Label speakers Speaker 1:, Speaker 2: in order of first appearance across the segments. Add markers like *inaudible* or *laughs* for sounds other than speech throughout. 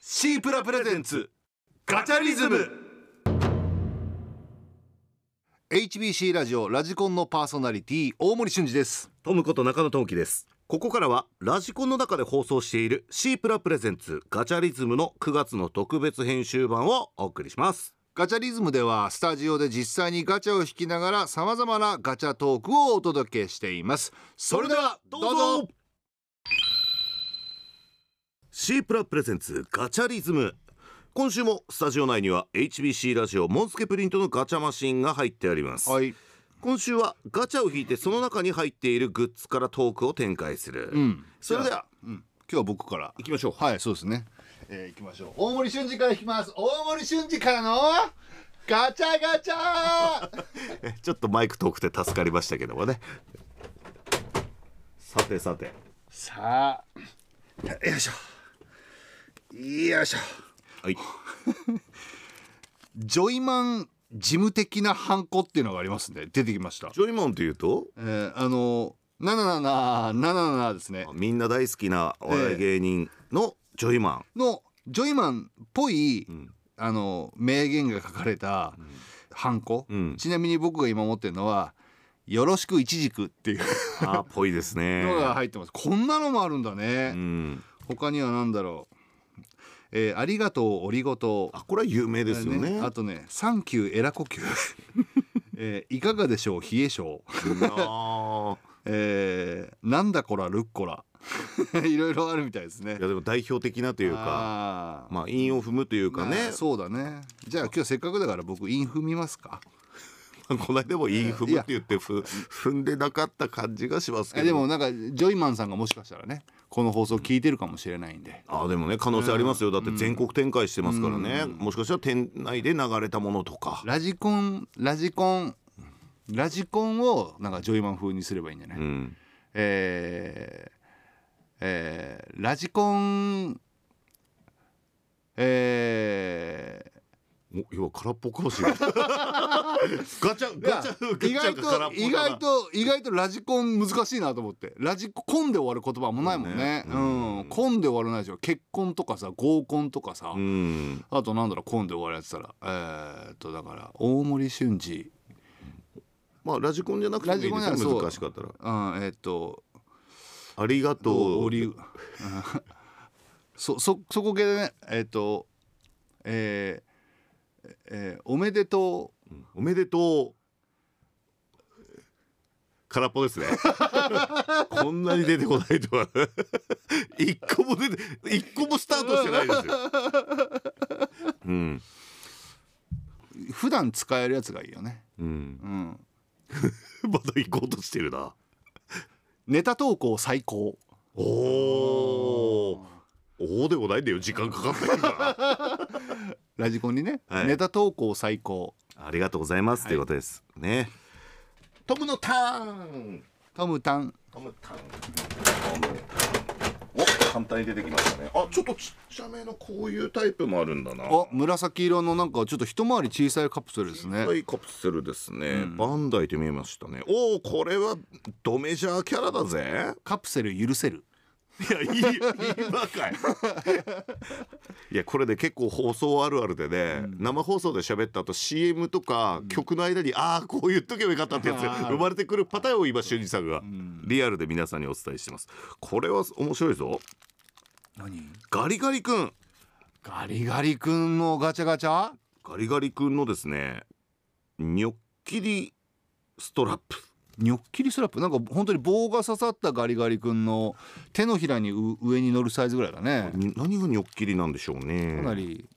Speaker 1: シープラプレゼンツガチャリズム
Speaker 2: HBC ラジオラジコンのパーソナリティ大森俊二です
Speaker 3: トムこと中野智樹ですここからはラジコンの中で放送しているシープラプレゼンツガチャリズムの9月の特別編集版をお送りします
Speaker 2: ガチャリズムではスタジオで実際にガチャを引きながらさまざまなガチャトークをお届けしていますそれではどうぞ
Speaker 3: シープラプレゼンツガチャリズム今週もスタジオ内には HBC ラジオモンスケプリントのガチャマシンが入ってあります、
Speaker 2: はい、
Speaker 3: 今週はガチャを引いてその中に入っているグッズからトークを展開する、
Speaker 2: ん
Speaker 3: それでは
Speaker 2: うん、今日は僕から
Speaker 3: 行きましょう
Speaker 2: はいそうですね、えー、行きましょう大森俊二から引きます大森俊二からのガチャガチ
Speaker 3: *laughs*
Speaker 2: ャ
Speaker 3: えちょっとマイク遠くて助かりましたけどもねさてさて
Speaker 2: さあよいしょよいしょ
Speaker 3: はい
Speaker 2: ジョイマン事務的なハンコっていうのがありますね出てきました
Speaker 3: ジョイマンというと
Speaker 2: えー、あの7777ですね
Speaker 3: みんな大好きなお笑い芸人のジョイマン、
Speaker 2: のジョイマンっぽい、あの名言が書かれたハンコ、
Speaker 3: うん
Speaker 2: ちなみに僕が今持ってるのは「よろしくいちじく」っていう
Speaker 3: あーぽいです *laughs* ね
Speaker 2: のが入ってます、こんなのもあるんだね、
Speaker 3: うん、
Speaker 2: 他には何だろう、えーありがとうおりごとう」
Speaker 3: あこれは有名ですよね
Speaker 2: あとね「サンキューえら呼吸」 *laughs* えーいかがでしょう冷え性」
Speaker 3: あ
Speaker 2: えーなんだこらルッコラ」 *laughs* いろいろあるみたいですね
Speaker 3: *laughs* ーいやでも代表的なというか
Speaker 2: あー
Speaker 3: まあ韻を踏むというか
Speaker 2: ま
Speaker 3: ね
Speaker 2: あ、そうだねじゃあ今日せっかくだから僕韻踏みますか
Speaker 3: この間も韻踏
Speaker 2: い
Speaker 3: む
Speaker 2: や
Speaker 3: って言ってふ踏んでなかった感じがしますけ
Speaker 2: え
Speaker 3: ど
Speaker 2: でもなんかジョイマンさんがもしかしたらねこの放送聞いてるかもしれないんで
Speaker 3: あーでもね可能性ありますよだって全国展開してますからね、もしかしたら店内で流れたものとか、
Speaker 2: ラジコンラジコンラジコンをなんかジョイマン風にすればいいんじゃない、
Speaker 3: うん、
Speaker 2: えーえーラジコンえー
Speaker 3: お要は空っぽかもし
Speaker 2: *laughs*
Speaker 3: れないガチャ
Speaker 2: いや
Speaker 3: ガチャガチ
Speaker 2: 意外
Speaker 3: ャが空っぽだな
Speaker 2: と意外と意外とラジコン難しいなと思ってラジコンで終わる言葉もないもんね
Speaker 3: そううね
Speaker 2: ん、コンで終わらないでしょ結婚とかさ合コンとかさ、
Speaker 3: うん
Speaker 2: あとなんだろうコンで終わるやつたらえー、っとだから大森俊二
Speaker 3: まあラジコンじゃなくてもいい
Speaker 2: ラジ
Speaker 3: で
Speaker 2: コン
Speaker 3: す
Speaker 2: ならそ
Speaker 3: よ
Speaker 2: う
Speaker 3: 難しかったら
Speaker 2: うんえー、っと
Speaker 3: ありがと
Speaker 2: お
Speaker 3: う
Speaker 2: りうん *laughs* そそそこ系でねえー、っとえーえーおめでとう
Speaker 3: おめでとう空っぽ *laughs* ですねこんなに出てこないとは一個も出て一個もスタートしてないですようん
Speaker 2: 普段使えるやつがいいよね
Speaker 3: うん
Speaker 2: うん
Speaker 3: まだ行こうとしてるな
Speaker 2: ネタ投稿最高
Speaker 3: おおおおでもないんだよ時間かかってるか
Speaker 2: ラジコンにね、
Speaker 3: はい
Speaker 2: ネタ投稿最高
Speaker 3: ら *laughs* ありがとうございますと、いうことですねトムのターン
Speaker 2: トムタン
Speaker 3: ハムタン。お、簡単に出てきましたね。あ、ちょっとちっちゃめのこういうタイプもあるんだな。
Speaker 2: あ紫色のなんかちょっと一回り小さいカプセルですね
Speaker 3: はい、カプセルですね。バンダイと見えましたね。おお、これはドメジャーキャラだぜ。
Speaker 2: カプセル許せる
Speaker 3: いや、いい、今かい。 *laughs* いや、これで結構放送あるあるでね、生放送で喋った後、CM とか曲の間に、ああ、こう言っとけばよかったってやつ、生まれてくるパターンを今、修二さんがリアルで皆さんにお伝えしてます。これは面白いぞ。
Speaker 2: 何
Speaker 3: ガリガリ君。
Speaker 2: ガリガリ君のガチャガチャ
Speaker 3: ガリガリ君のですねニョッキリストラップ
Speaker 2: ニョッキリスラップなんか本当に棒が刺さったガリガリ君の手のひらにう上に乗るサイズぐらいだね
Speaker 3: に何がニョッキリなんでしょうね
Speaker 2: かなり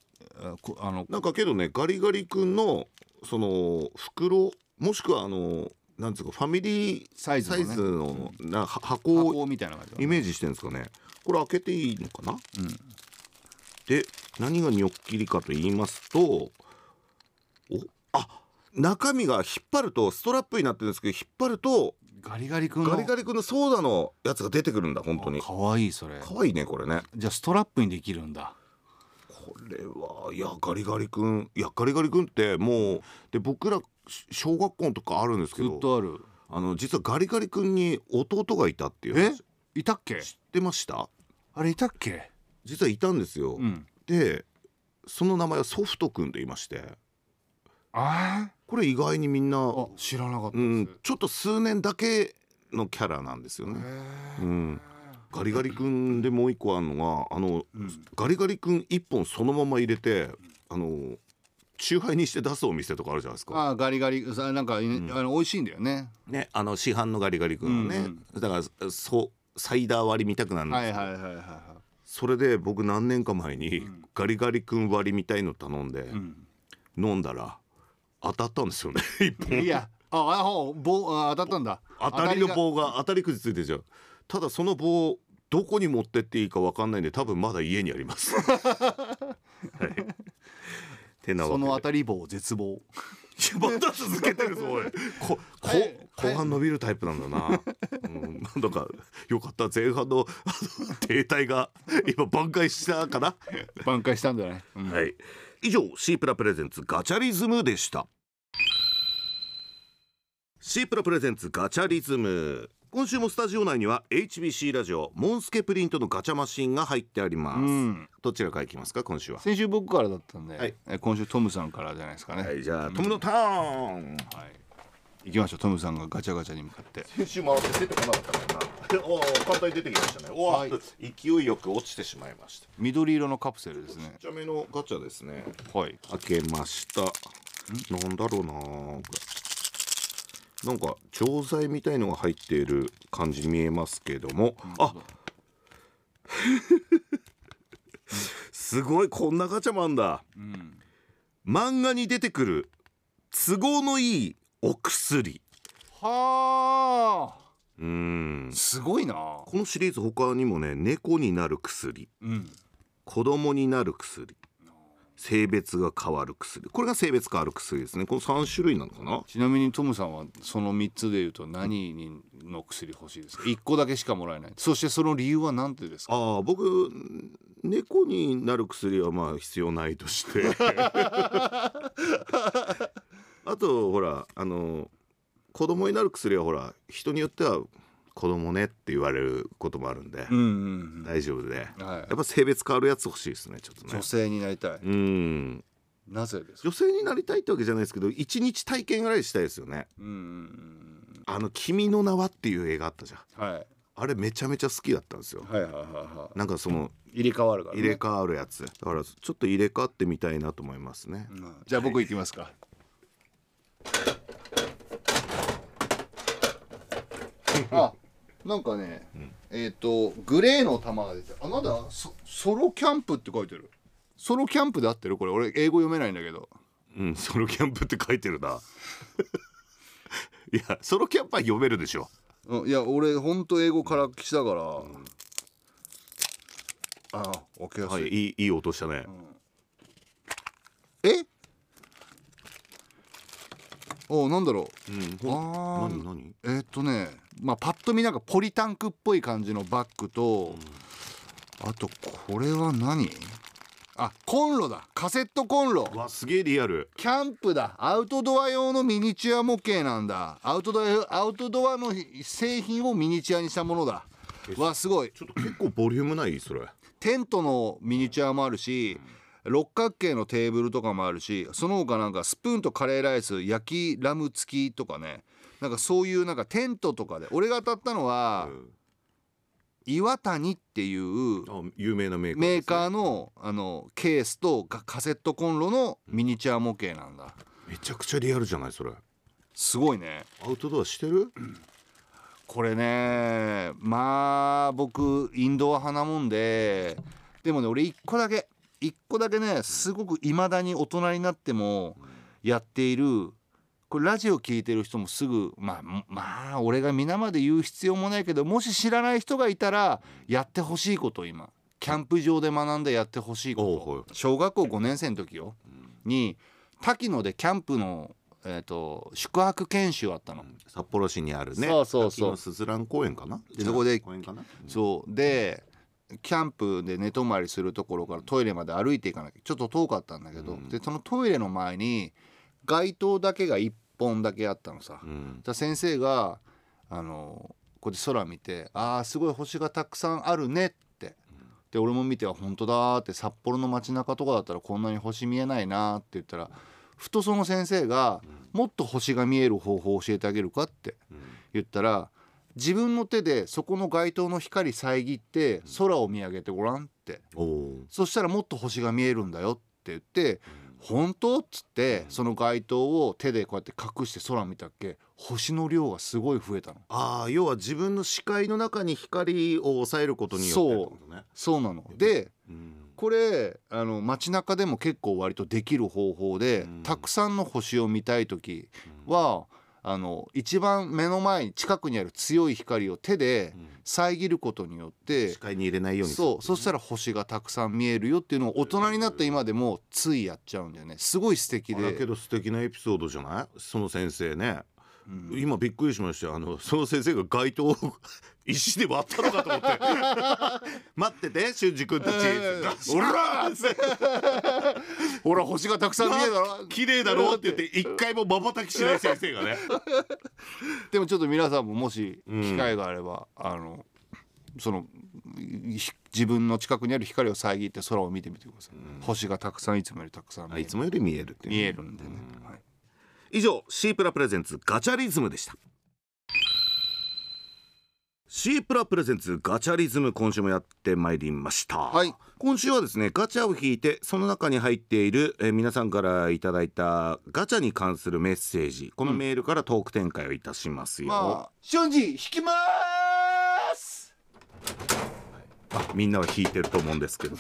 Speaker 2: あこあの
Speaker 3: なんかけどねガリガリ君のその袋もしくはあのなんつうかファミリー
Speaker 2: サイズの
Speaker 3: サ
Speaker 2: ね
Speaker 3: イズのなは箱を
Speaker 2: 箱みたいな感じだね
Speaker 3: イメージしてるんですかねこれ開けていいのかな、で何がニョッキリかと言いますとおあ中身が引っ張るとストラップになってるんですけど引っ張ると
Speaker 2: ガリガリ君の
Speaker 3: ガリガリ君のソーダのやつが出てくるんだ本当に
Speaker 2: かわいいそれ
Speaker 3: 可愛いねこれね
Speaker 2: じゃあストラップにできるんだ
Speaker 3: これはいやガリガリ君いやガリガリ君ってもうで僕らし小学校とかあるんですけ
Speaker 2: ずっ
Speaker 3: ど
Speaker 2: とある
Speaker 3: あの実はガリガリ君に弟がいたっていう
Speaker 2: え
Speaker 3: 話知
Speaker 2: いたっけ
Speaker 3: ってました
Speaker 2: あれいたっけ
Speaker 3: 実はいたんですよ、
Speaker 2: うん
Speaker 3: でその名前はソフト君と言いまして
Speaker 2: あ
Speaker 3: これ意外にみんな、
Speaker 2: あ知らなかったです、
Speaker 3: うん、ちょっと数年だけのキャラなんですよね。
Speaker 2: へ
Speaker 3: う
Speaker 2: ー
Speaker 3: ん、ガリガリ君でもう一個あるのがあの、ガリガリ君一本そのまま入れてあのチューハイにして出すお店とかあるじゃないですか。
Speaker 2: あーガリガリさなんか、あの美味しいんだよね
Speaker 3: ねあの市販のガリガリ君ね、だからそうサイダー割り見たくなるんです
Speaker 2: は
Speaker 3: け
Speaker 2: い
Speaker 3: ど
Speaker 2: はいはいはいは
Speaker 3: それで僕何年か前にガリガリ君割りみたいの頼んで、飲んだら当たったんですよね一
Speaker 2: いい
Speaker 3: 本
Speaker 2: やああほう棒あ当たったんだ
Speaker 3: *laughs* 当たりの
Speaker 2: が
Speaker 3: 棒が当たりくじついてるじゃんただその棒をどこに持ってっていいかわかんないんで多分まだ家にあり *laughs* ます、はい、てなわけ
Speaker 2: そ
Speaker 3: で
Speaker 2: の当たり棒絶望
Speaker 3: い *laughs* やまだ続けてるぞおいここ
Speaker 2: はい
Speaker 3: 後半伸びるタイプなんだな、うん、 *laughs* なんだかよかった前半の *laughs* あの停滞が今挽回したかな
Speaker 2: 挽回したんじゃない、うん
Speaker 3: はい、以上シープラプレゼンツガチャリズムでしたシープラプレゼンツガチャリズム今週もスタジオ内には HBC ラジオモンスケプリントのガチャマシンが入ってあります、
Speaker 2: うん
Speaker 3: どちらからいきますか今週は
Speaker 2: 先週僕からだったんで、
Speaker 3: はい
Speaker 2: え今週トムさんからじゃないですかね
Speaker 3: はいじゃあトムのター
Speaker 2: は
Speaker 3: ン
Speaker 2: い、行きましょうトムさんがガチャガチャに向かって
Speaker 3: 先週回って出てこなかったからな *laughs* おー簡単に出てきましたねおー
Speaker 2: はい
Speaker 3: 勢いよく落ちてしまいました
Speaker 2: 緑色のカプセルですね
Speaker 3: ちっちゃめのガチャですね
Speaker 2: はい
Speaker 3: 開けましたなんだろうなこれなんか錠剤みたいのが入っている感じに見えますけどもあ *laughs* すごいこんなガチャマンだ、漫画に出てくる都合のいいお薬
Speaker 2: はあ
Speaker 3: うん
Speaker 2: すごいな
Speaker 3: このシリーズ他にもね猫になる薬
Speaker 2: うん
Speaker 3: 子供になる薬性別が変わる薬これが性別変わる薬ですねこの3種類なのかな
Speaker 2: ちなみにトムさんはその3つでいうと何にの薬欲しいですか1個だけしかもらえないそしてその理由は何てですか
Speaker 3: ああ僕猫になる薬はまあ必要ないとして *laughs* あとほらあの子供になる薬はほら人によっては子供ねって言われることもあるんで、
Speaker 2: うんうん
Speaker 3: 大丈夫で、
Speaker 2: うん、
Speaker 3: や
Speaker 2: は
Speaker 3: っぱ性別変わるやつ欲しいですねちょっと
Speaker 2: い、
Speaker 3: ね
Speaker 2: 女性になりたい、
Speaker 3: うん
Speaker 2: なぜですか
Speaker 3: 女性になりたいってわけじゃないですけど一日体験ぐらいしたいですよね
Speaker 2: うんうん
Speaker 3: あの「君の名は」っていう映画あったじゃん
Speaker 2: うんはい
Speaker 3: あれめちゃめちゃ好きだったんですよ
Speaker 2: はいはいはいは
Speaker 3: なんかその
Speaker 2: い入れ替わるから、ね、
Speaker 3: 入れ替わるやつだからちょっと入れ替わってみたいなと思いますね
Speaker 2: うんじゃあ僕行きますか、あなんかね、えっ、とグレーの玉が出てあなんだソソロキャンプって書いてるソロキャンプで合ってるこれ俺英語読めないんだけど
Speaker 3: うんソロキャンプって書いてるな *laughs* いやソロキャンプは読めるでしょ
Speaker 2: うんいや俺ほんと英語から来たから、ああ分けや
Speaker 3: は
Speaker 2: す
Speaker 3: い
Speaker 2: い、
Speaker 3: いいいい音したね、
Speaker 2: えおなんだろう
Speaker 3: うん
Speaker 2: あー
Speaker 3: 何何
Speaker 2: えーっとね、まあ、パッと見なんかポリタンクっぽい感じのバッグと、あとこれは何あコンロだカセットコンロ
Speaker 3: うわすげえリアル
Speaker 2: キャンプだアウトドア用のミニチュア模型なんだアウトドアアウトドアの製品をミニチュアにしたものだわすごい
Speaker 3: ちょっと結構ボリュームないそれ
Speaker 2: テントのミニチュアもあるし六角形のテーブルとかもあるしその他なんかスプーンとカレーライス焼きラム付きとかねなんかそういうなんかテントとかで俺が当たったのは、岩谷っていう
Speaker 3: あ有名なメーカー
Speaker 2: メー
Speaker 3: ー
Speaker 2: カーのあのケースとかカセットコンロのミニチュア模型なんだ
Speaker 3: めちゃくちゃリアルじゃないそれ
Speaker 2: すごいね
Speaker 3: アウトドアしてる
Speaker 2: これねまあ僕インドア派なもんででもね俺一個だけ一個だけねすごくいまだに大人になってもやっているこれラジオ聞いてる人もすぐまあもまあ俺が皆まで言う必要もないけどもし知らない人がいたらやってほしいこと今キャンプ場で学んでやってほしいこと、
Speaker 3: おうはい
Speaker 2: 小学校5年生の時よに滝野でキャンプの、えー、と宿泊研修あったの。
Speaker 3: 札幌市にあるね
Speaker 2: そうそうそう
Speaker 3: 滝のすずらん公園かな
Speaker 2: でそこで
Speaker 3: 公園かな
Speaker 2: そうでキャンプで寝泊まりするところからトイレまで歩いていかなきゃちょっと遠かったんだけど、でそのトイレの前に街灯だけが1本だけあったのさ。
Speaker 3: うん
Speaker 2: だから先生があのこうやって空見て「あーすごい星がたくさんあるね」って。で俺も見ては本当だーって札幌の街中とかだったらこんなに星見えないなーって言ったらふとその先生がもっと星が見える方法を教えてあげるかって言ったら自分の手でそこの街灯の光遮って空を見上げてごらんって
Speaker 3: おお
Speaker 2: そしたらもっと星が見えるんだよって言って「本当?」っつってその街灯を手でこうやって隠して空見たっけ星の量がすごい増えたの。
Speaker 3: ああ要は自分の視界の中に光を抑えることによってってことね
Speaker 2: そうなので
Speaker 3: うん
Speaker 2: これあの街中でも結構割とできる方法で、
Speaker 3: うん
Speaker 2: たくさんの星を見たい時は、あの一番目の前に近くにある強い光を手で遮ることによって、
Speaker 3: 視界に入れないようにする
Speaker 2: そうそしたら星がたくさん見えるよっていうのを大人になった今でもついやっちゃうんだよねすごい素敵
Speaker 3: あだけ
Speaker 2: で、
Speaker 3: ど素敵なエピソードじゃないその先生ね
Speaker 2: うん
Speaker 3: 今びっくりしましたよあのその先生が街灯を *laughs* 石で割ったのかと思って *laughs* 待ってて俊二君たち
Speaker 2: うん
Speaker 3: 俺らー *laughs* って
Speaker 2: ほら星がたくさん見えるだろ
Speaker 3: 綺麗だろうって言って一回もまばたきしない先生がね
Speaker 2: でもちょっと皆さんももし
Speaker 3: うん
Speaker 2: 機会があれば、あのそのい自分の近くにある光を遮って空を見てみてください、星がたくさんいつもよりたくさん
Speaker 3: *laughs* あ
Speaker 2: 見え
Speaker 3: い
Speaker 2: る
Speaker 3: つもより見えるっていう
Speaker 2: 見えるんでね、はい
Speaker 3: 以上シープラプレゼンツガチャリズムでしたシープラプレゼンツガチャリズム今週もやってまいりました、
Speaker 2: はい
Speaker 3: 今週はですねガチャを引いてその中に入っている、えー皆さんからいただいたガチャに関するメッセージこのメールからトーク展開をいたしますよ、
Speaker 2: まあ瞬時引きまーす
Speaker 3: あみんなは引いてると思うんですけ *laughs* ど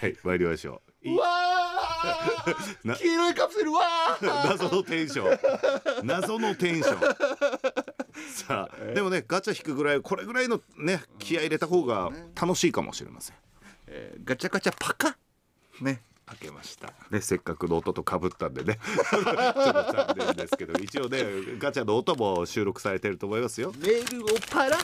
Speaker 3: はい参りましょう
Speaker 2: うわー *laughs*
Speaker 3: な
Speaker 2: 黄色いカプセルわ *laughs* ー
Speaker 3: *laughs* 謎のテンション謎のテンションさあでもねガチャ引くぐらいこれぐらいのね気合い入れた方が楽しいかもしれません、
Speaker 2: ガチャガチャパカね開けました
Speaker 3: ね、せっかくの音とかぶったんでね *laughs* ちょっと残念ですけど一応ねガチャの音も収録されてると思いますよ
Speaker 2: メールをパラ、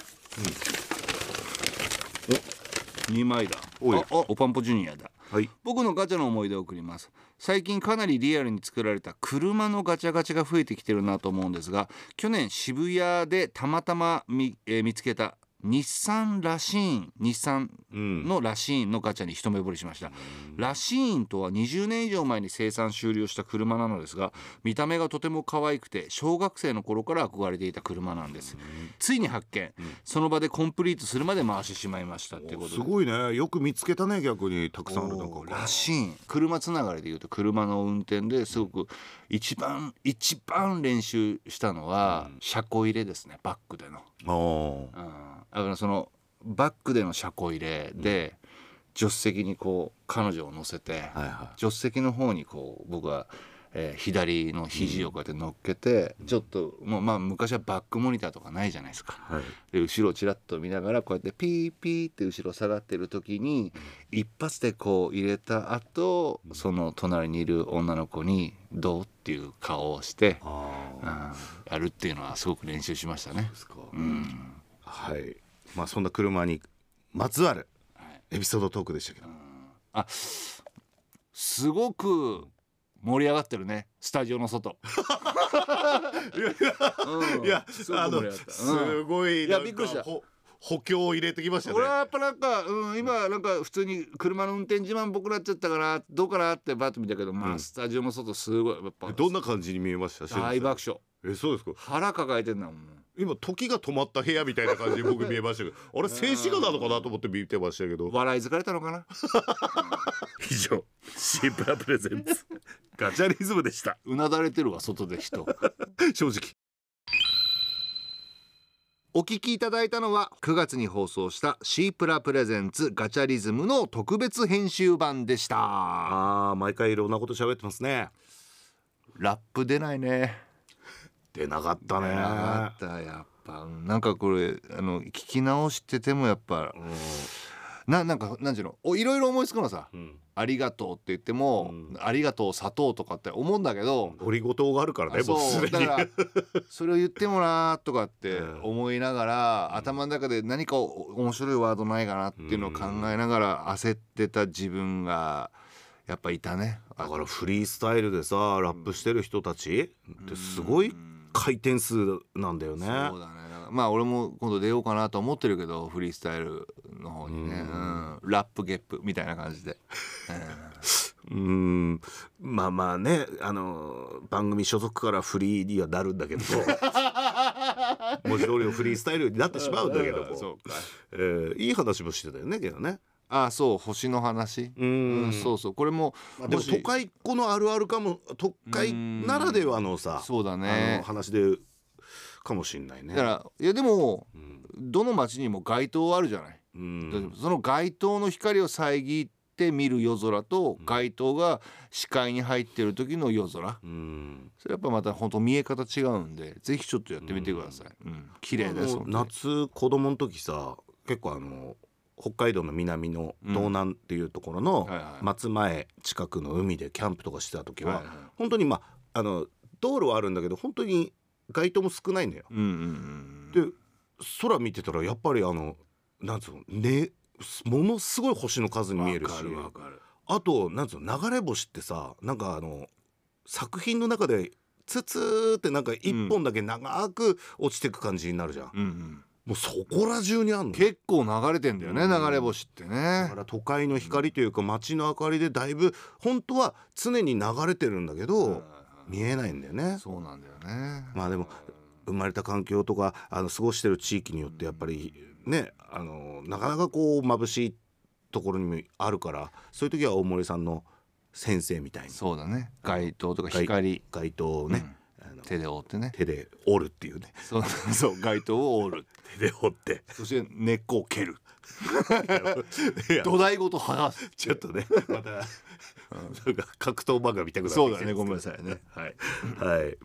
Speaker 2: お2枚だ
Speaker 3: おい
Speaker 2: ああおパンポジュニアだ
Speaker 3: はい
Speaker 2: 僕のガチャの思い出を送ります最近かなりリアルに作られた車のガチャガチャが増えてきてるなと思うんですが去年渋谷でたまたま見,、えー見つけた日産ラシーン日産
Speaker 3: うん
Speaker 2: のラシーンのガチャに一目惚れしましたラシーンとは20年以上前に生産終了した車なのですが見た目がとても可愛くて小学生の頃から憧れていた車なんですついに発見その場でコンプリートするまで回してしまいましたってことです
Speaker 3: ごいねよく見つけたね逆にたくさんある
Speaker 2: お
Speaker 3: 中
Speaker 2: ー
Speaker 3: から
Speaker 2: らしいん車つながりでいうと車の運転ですごく一番一番練習したのは車庫入れですねバックでの、
Speaker 3: あー
Speaker 2: うん、だからそのバックでの車庫入れで助手席にこう彼女を乗せて
Speaker 3: はいは
Speaker 2: 助手席の方にこう僕は、えー左の肘をこうやって乗っけて、ちょっともうまあ昔はバックモニターとかないじゃないですか、
Speaker 3: いはい
Speaker 2: で後ろをちらっと見ながらこうやってピーピーって後ろ下がってる時に一発でこう入れた後その隣にいる女の子に「どう?」っていう顔をして、
Speaker 3: あ
Speaker 2: うんやるっていうのはすごく練習しましたね
Speaker 3: で。すか、はいまあそんな車にまつわるエピソードトークでしたけど、
Speaker 2: すごく盛り上がってるねスタジオの
Speaker 3: *laughs*
Speaker 2: 外。うん
Speaker 3: いや
Speaker 2: す、ごく
Speaker 3: あの
Speaker 2: 盛り上がった、
Speaker 3: すごい、
Speaker 2: いや
Speaker 3: なんか
Speaker 2: びっくりした
Speaker 3: ほ補強を入れてきましたね
Speaker 2: 俺。はやっぱなんか、うん、今なんか普通に車の運転自慢僕なっちゃったからどうかなってバッと見たけど、まあスタジオの外すごいやっぱ
Speaker 3: どんな感じに見えました。
Speaker 2: 大爆笑
Speaker 3: え、そうですか。
Speaker 2: 腹抱えてんだもん
Speaker 3: 今時が止まった部屋みたいな感じで僕見えましたけど、あれ静止画なのかなと思って見てましたけど。
Speaker 2: 笑い疲れたのかな
Speaker 3: 以上、シープラプレゼンツガチャリズムでした。
Speaker 2: うなだれてるわ外で人
Speaker 3: 正直。
Speaker 2: *laughs* お聞きいただいたのは9月に放送した「シープラプレゼンツガチャリズム」の特別編集版でした
Speaker 3: ああ、毎回いろんなこと喋ってますね。
Speaker 2: ラップ出ないね
Speaker 3: 出なかった
Speaker 2: 出なかっ
Speaker 3: ね。
Speaker 2: たやっぱなんかこれあの聞き直しててもやっぱななんかなんていうのおいろいろ思いつくのさ
Speaker 3: うん。
Speaker 2: ありがとうって言っても、
Speaker 3: うん
Speaker 2: ありがとう砂糖とかって思うんだけど、
Speaker 3: オリゴ糖があるからね、もうす
Speaker 2: そう
Speaker 3: で
Speaker 2: だ
Speaker 3: に。
Speaker 2: からそれを言ってもなーとか
Speaker 3: *laughs*
Speaker 2: って
Speaker 3: うん
Speaker 2: 思いながら、頭の中で何かお面白いワードないかなっていうのを考えながら焦ってた自分がやっぱいたね。
Speaker 3: だからフリースタイルでさラップしてる人たちってすごい回転数なんだよね。
Speaker 2: そうだねだからまあ俺も今度出ようかなと思ってるけどフリースタイルの方にね、うんラップゲップみたいな感じで、
Speaker 3: うんまあまあねあの番組所属からフリーにはなるんだけど
Speaker 2: *laughs*
Speaker 3: 文字通りのフリースタイルになってしまうんだけども、
Speaker 2: そうか
Speaker 3: えーいい話もしてたよねけどね
Speaker 2: あそう星の話
Speaker 3: う
Speaker 2: うんそうそうこれも、
Speaker 3: でも
Speaker 2: もし
Speaker 3: 都会っ子のあるあるかも都会ならではのさ
Speaker 2: そうだ
Speaker 3: あの
Speaker 2: ね
Speaker 3: 話でかもしんないね
Speaker 2: だからいやでも
Speaker 3: うん
Speaker 2: どの町にも街灯あるじゃない、
Speaker 3: うん
Speaker 2: その街灯の光を遮って見る夜空と街灯が視界に入ってる時の夜空
Speaker 3: うん
Speaker 2: それやっぱまた本当見え方違うんでぜひちょっとやってみてください、うん、綺麗です
Speaker 3: もう
Speaker 2: 本当に
Speaker 3: 夏子供の時さ結構あの北海道の南の道南っていうところの
Speaker 2: はいはい
Speaker 3: 松前近くの海でキャンプとかしてた時は
Speaker 2: はいは
Speaker 3: 本当にまああの道路はあるんだけど本当に街灯も少ないのよ。
Speaker 2: いうんうんうん
Speaker 3: で空見てたらやっぱりあのなんつうのねものすごい星の数に見えるし
Speaker 2: わかるわかる
Speaker 3: あとなんつうの流れ星ってさなんかあの作品の中でツツーってなんか一本だけ長く落ちてく感じになるじゃん、
Speaker 2: うんうん
Speaker 3: もうそこら中にあんの
Speaker 2: 結構流れてんだよね流れ星って
Speaker 3: だ
Speaker 2: ね
Speaker 3: から都会の光というか街の明かりでだいぶ本当は常に流れてるんだけど、見えないんだよね
Speaker 2: そうなんだよね
Speaker 3: まあでも生まれた環境とかあの過ごしてる地域によってやっぱりねあのなかなかこう眩しいところにもあるからそういう時は大森さんの先生みたいに
Speaker 2: そうだね街灯とか
Speaker 3: 街
Speaker 2: 光
Speaker 3: 街灯をね、あの
Speaker 2: 手で覆ってね
Speaker 3: 手で折るってい
Speaker 2: *laughs*
Speaker 3: うね
Speaker 2: そうそう街灯を折る
Speaker 3: 手で折 *laughs* って
Speaker 2: *laughs* そして根っこを蹴る
Speaker 3: いや
Speaker 2: 土台ごと剥がす
Speaker 3: ちょっと
Speaker 2: *laughs*
Speaker 3: ねまたなんか格闘漫画見たくなってきて
Speaker 2: そうだねごめんなさいね
Speaker 3: はい、はい、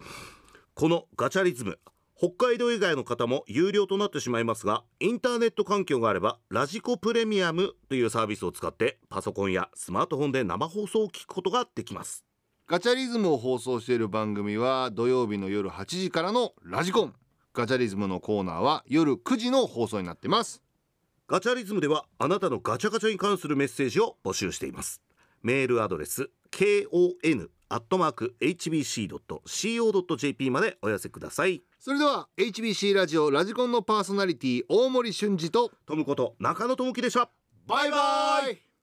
Speaker 3: このガチャリズム北海道以外の方も有料となってしまいますがインターネット環境があればラジコプレミアムというサービスを使ってパソコンやスマートフォンで生放送を聞くことができます
Speaker 2: ガチャリズムを放送している番組は土曜日の夜8時からのラジコンガチャリズムのコーナーは夜9時の放送になってます
Speaker 3: ガチャリズムではあなたのガチャガチャに関するメッセージを募集していますメールアドレス kon アットマーク hbc.co.jp までお寄せください
Speaker 2: それでは HBC ラジオラジコンのパーソナリティ大森俊二と
Speaker 3: トムこと中野智樹でした
Speaker 2: バイバイ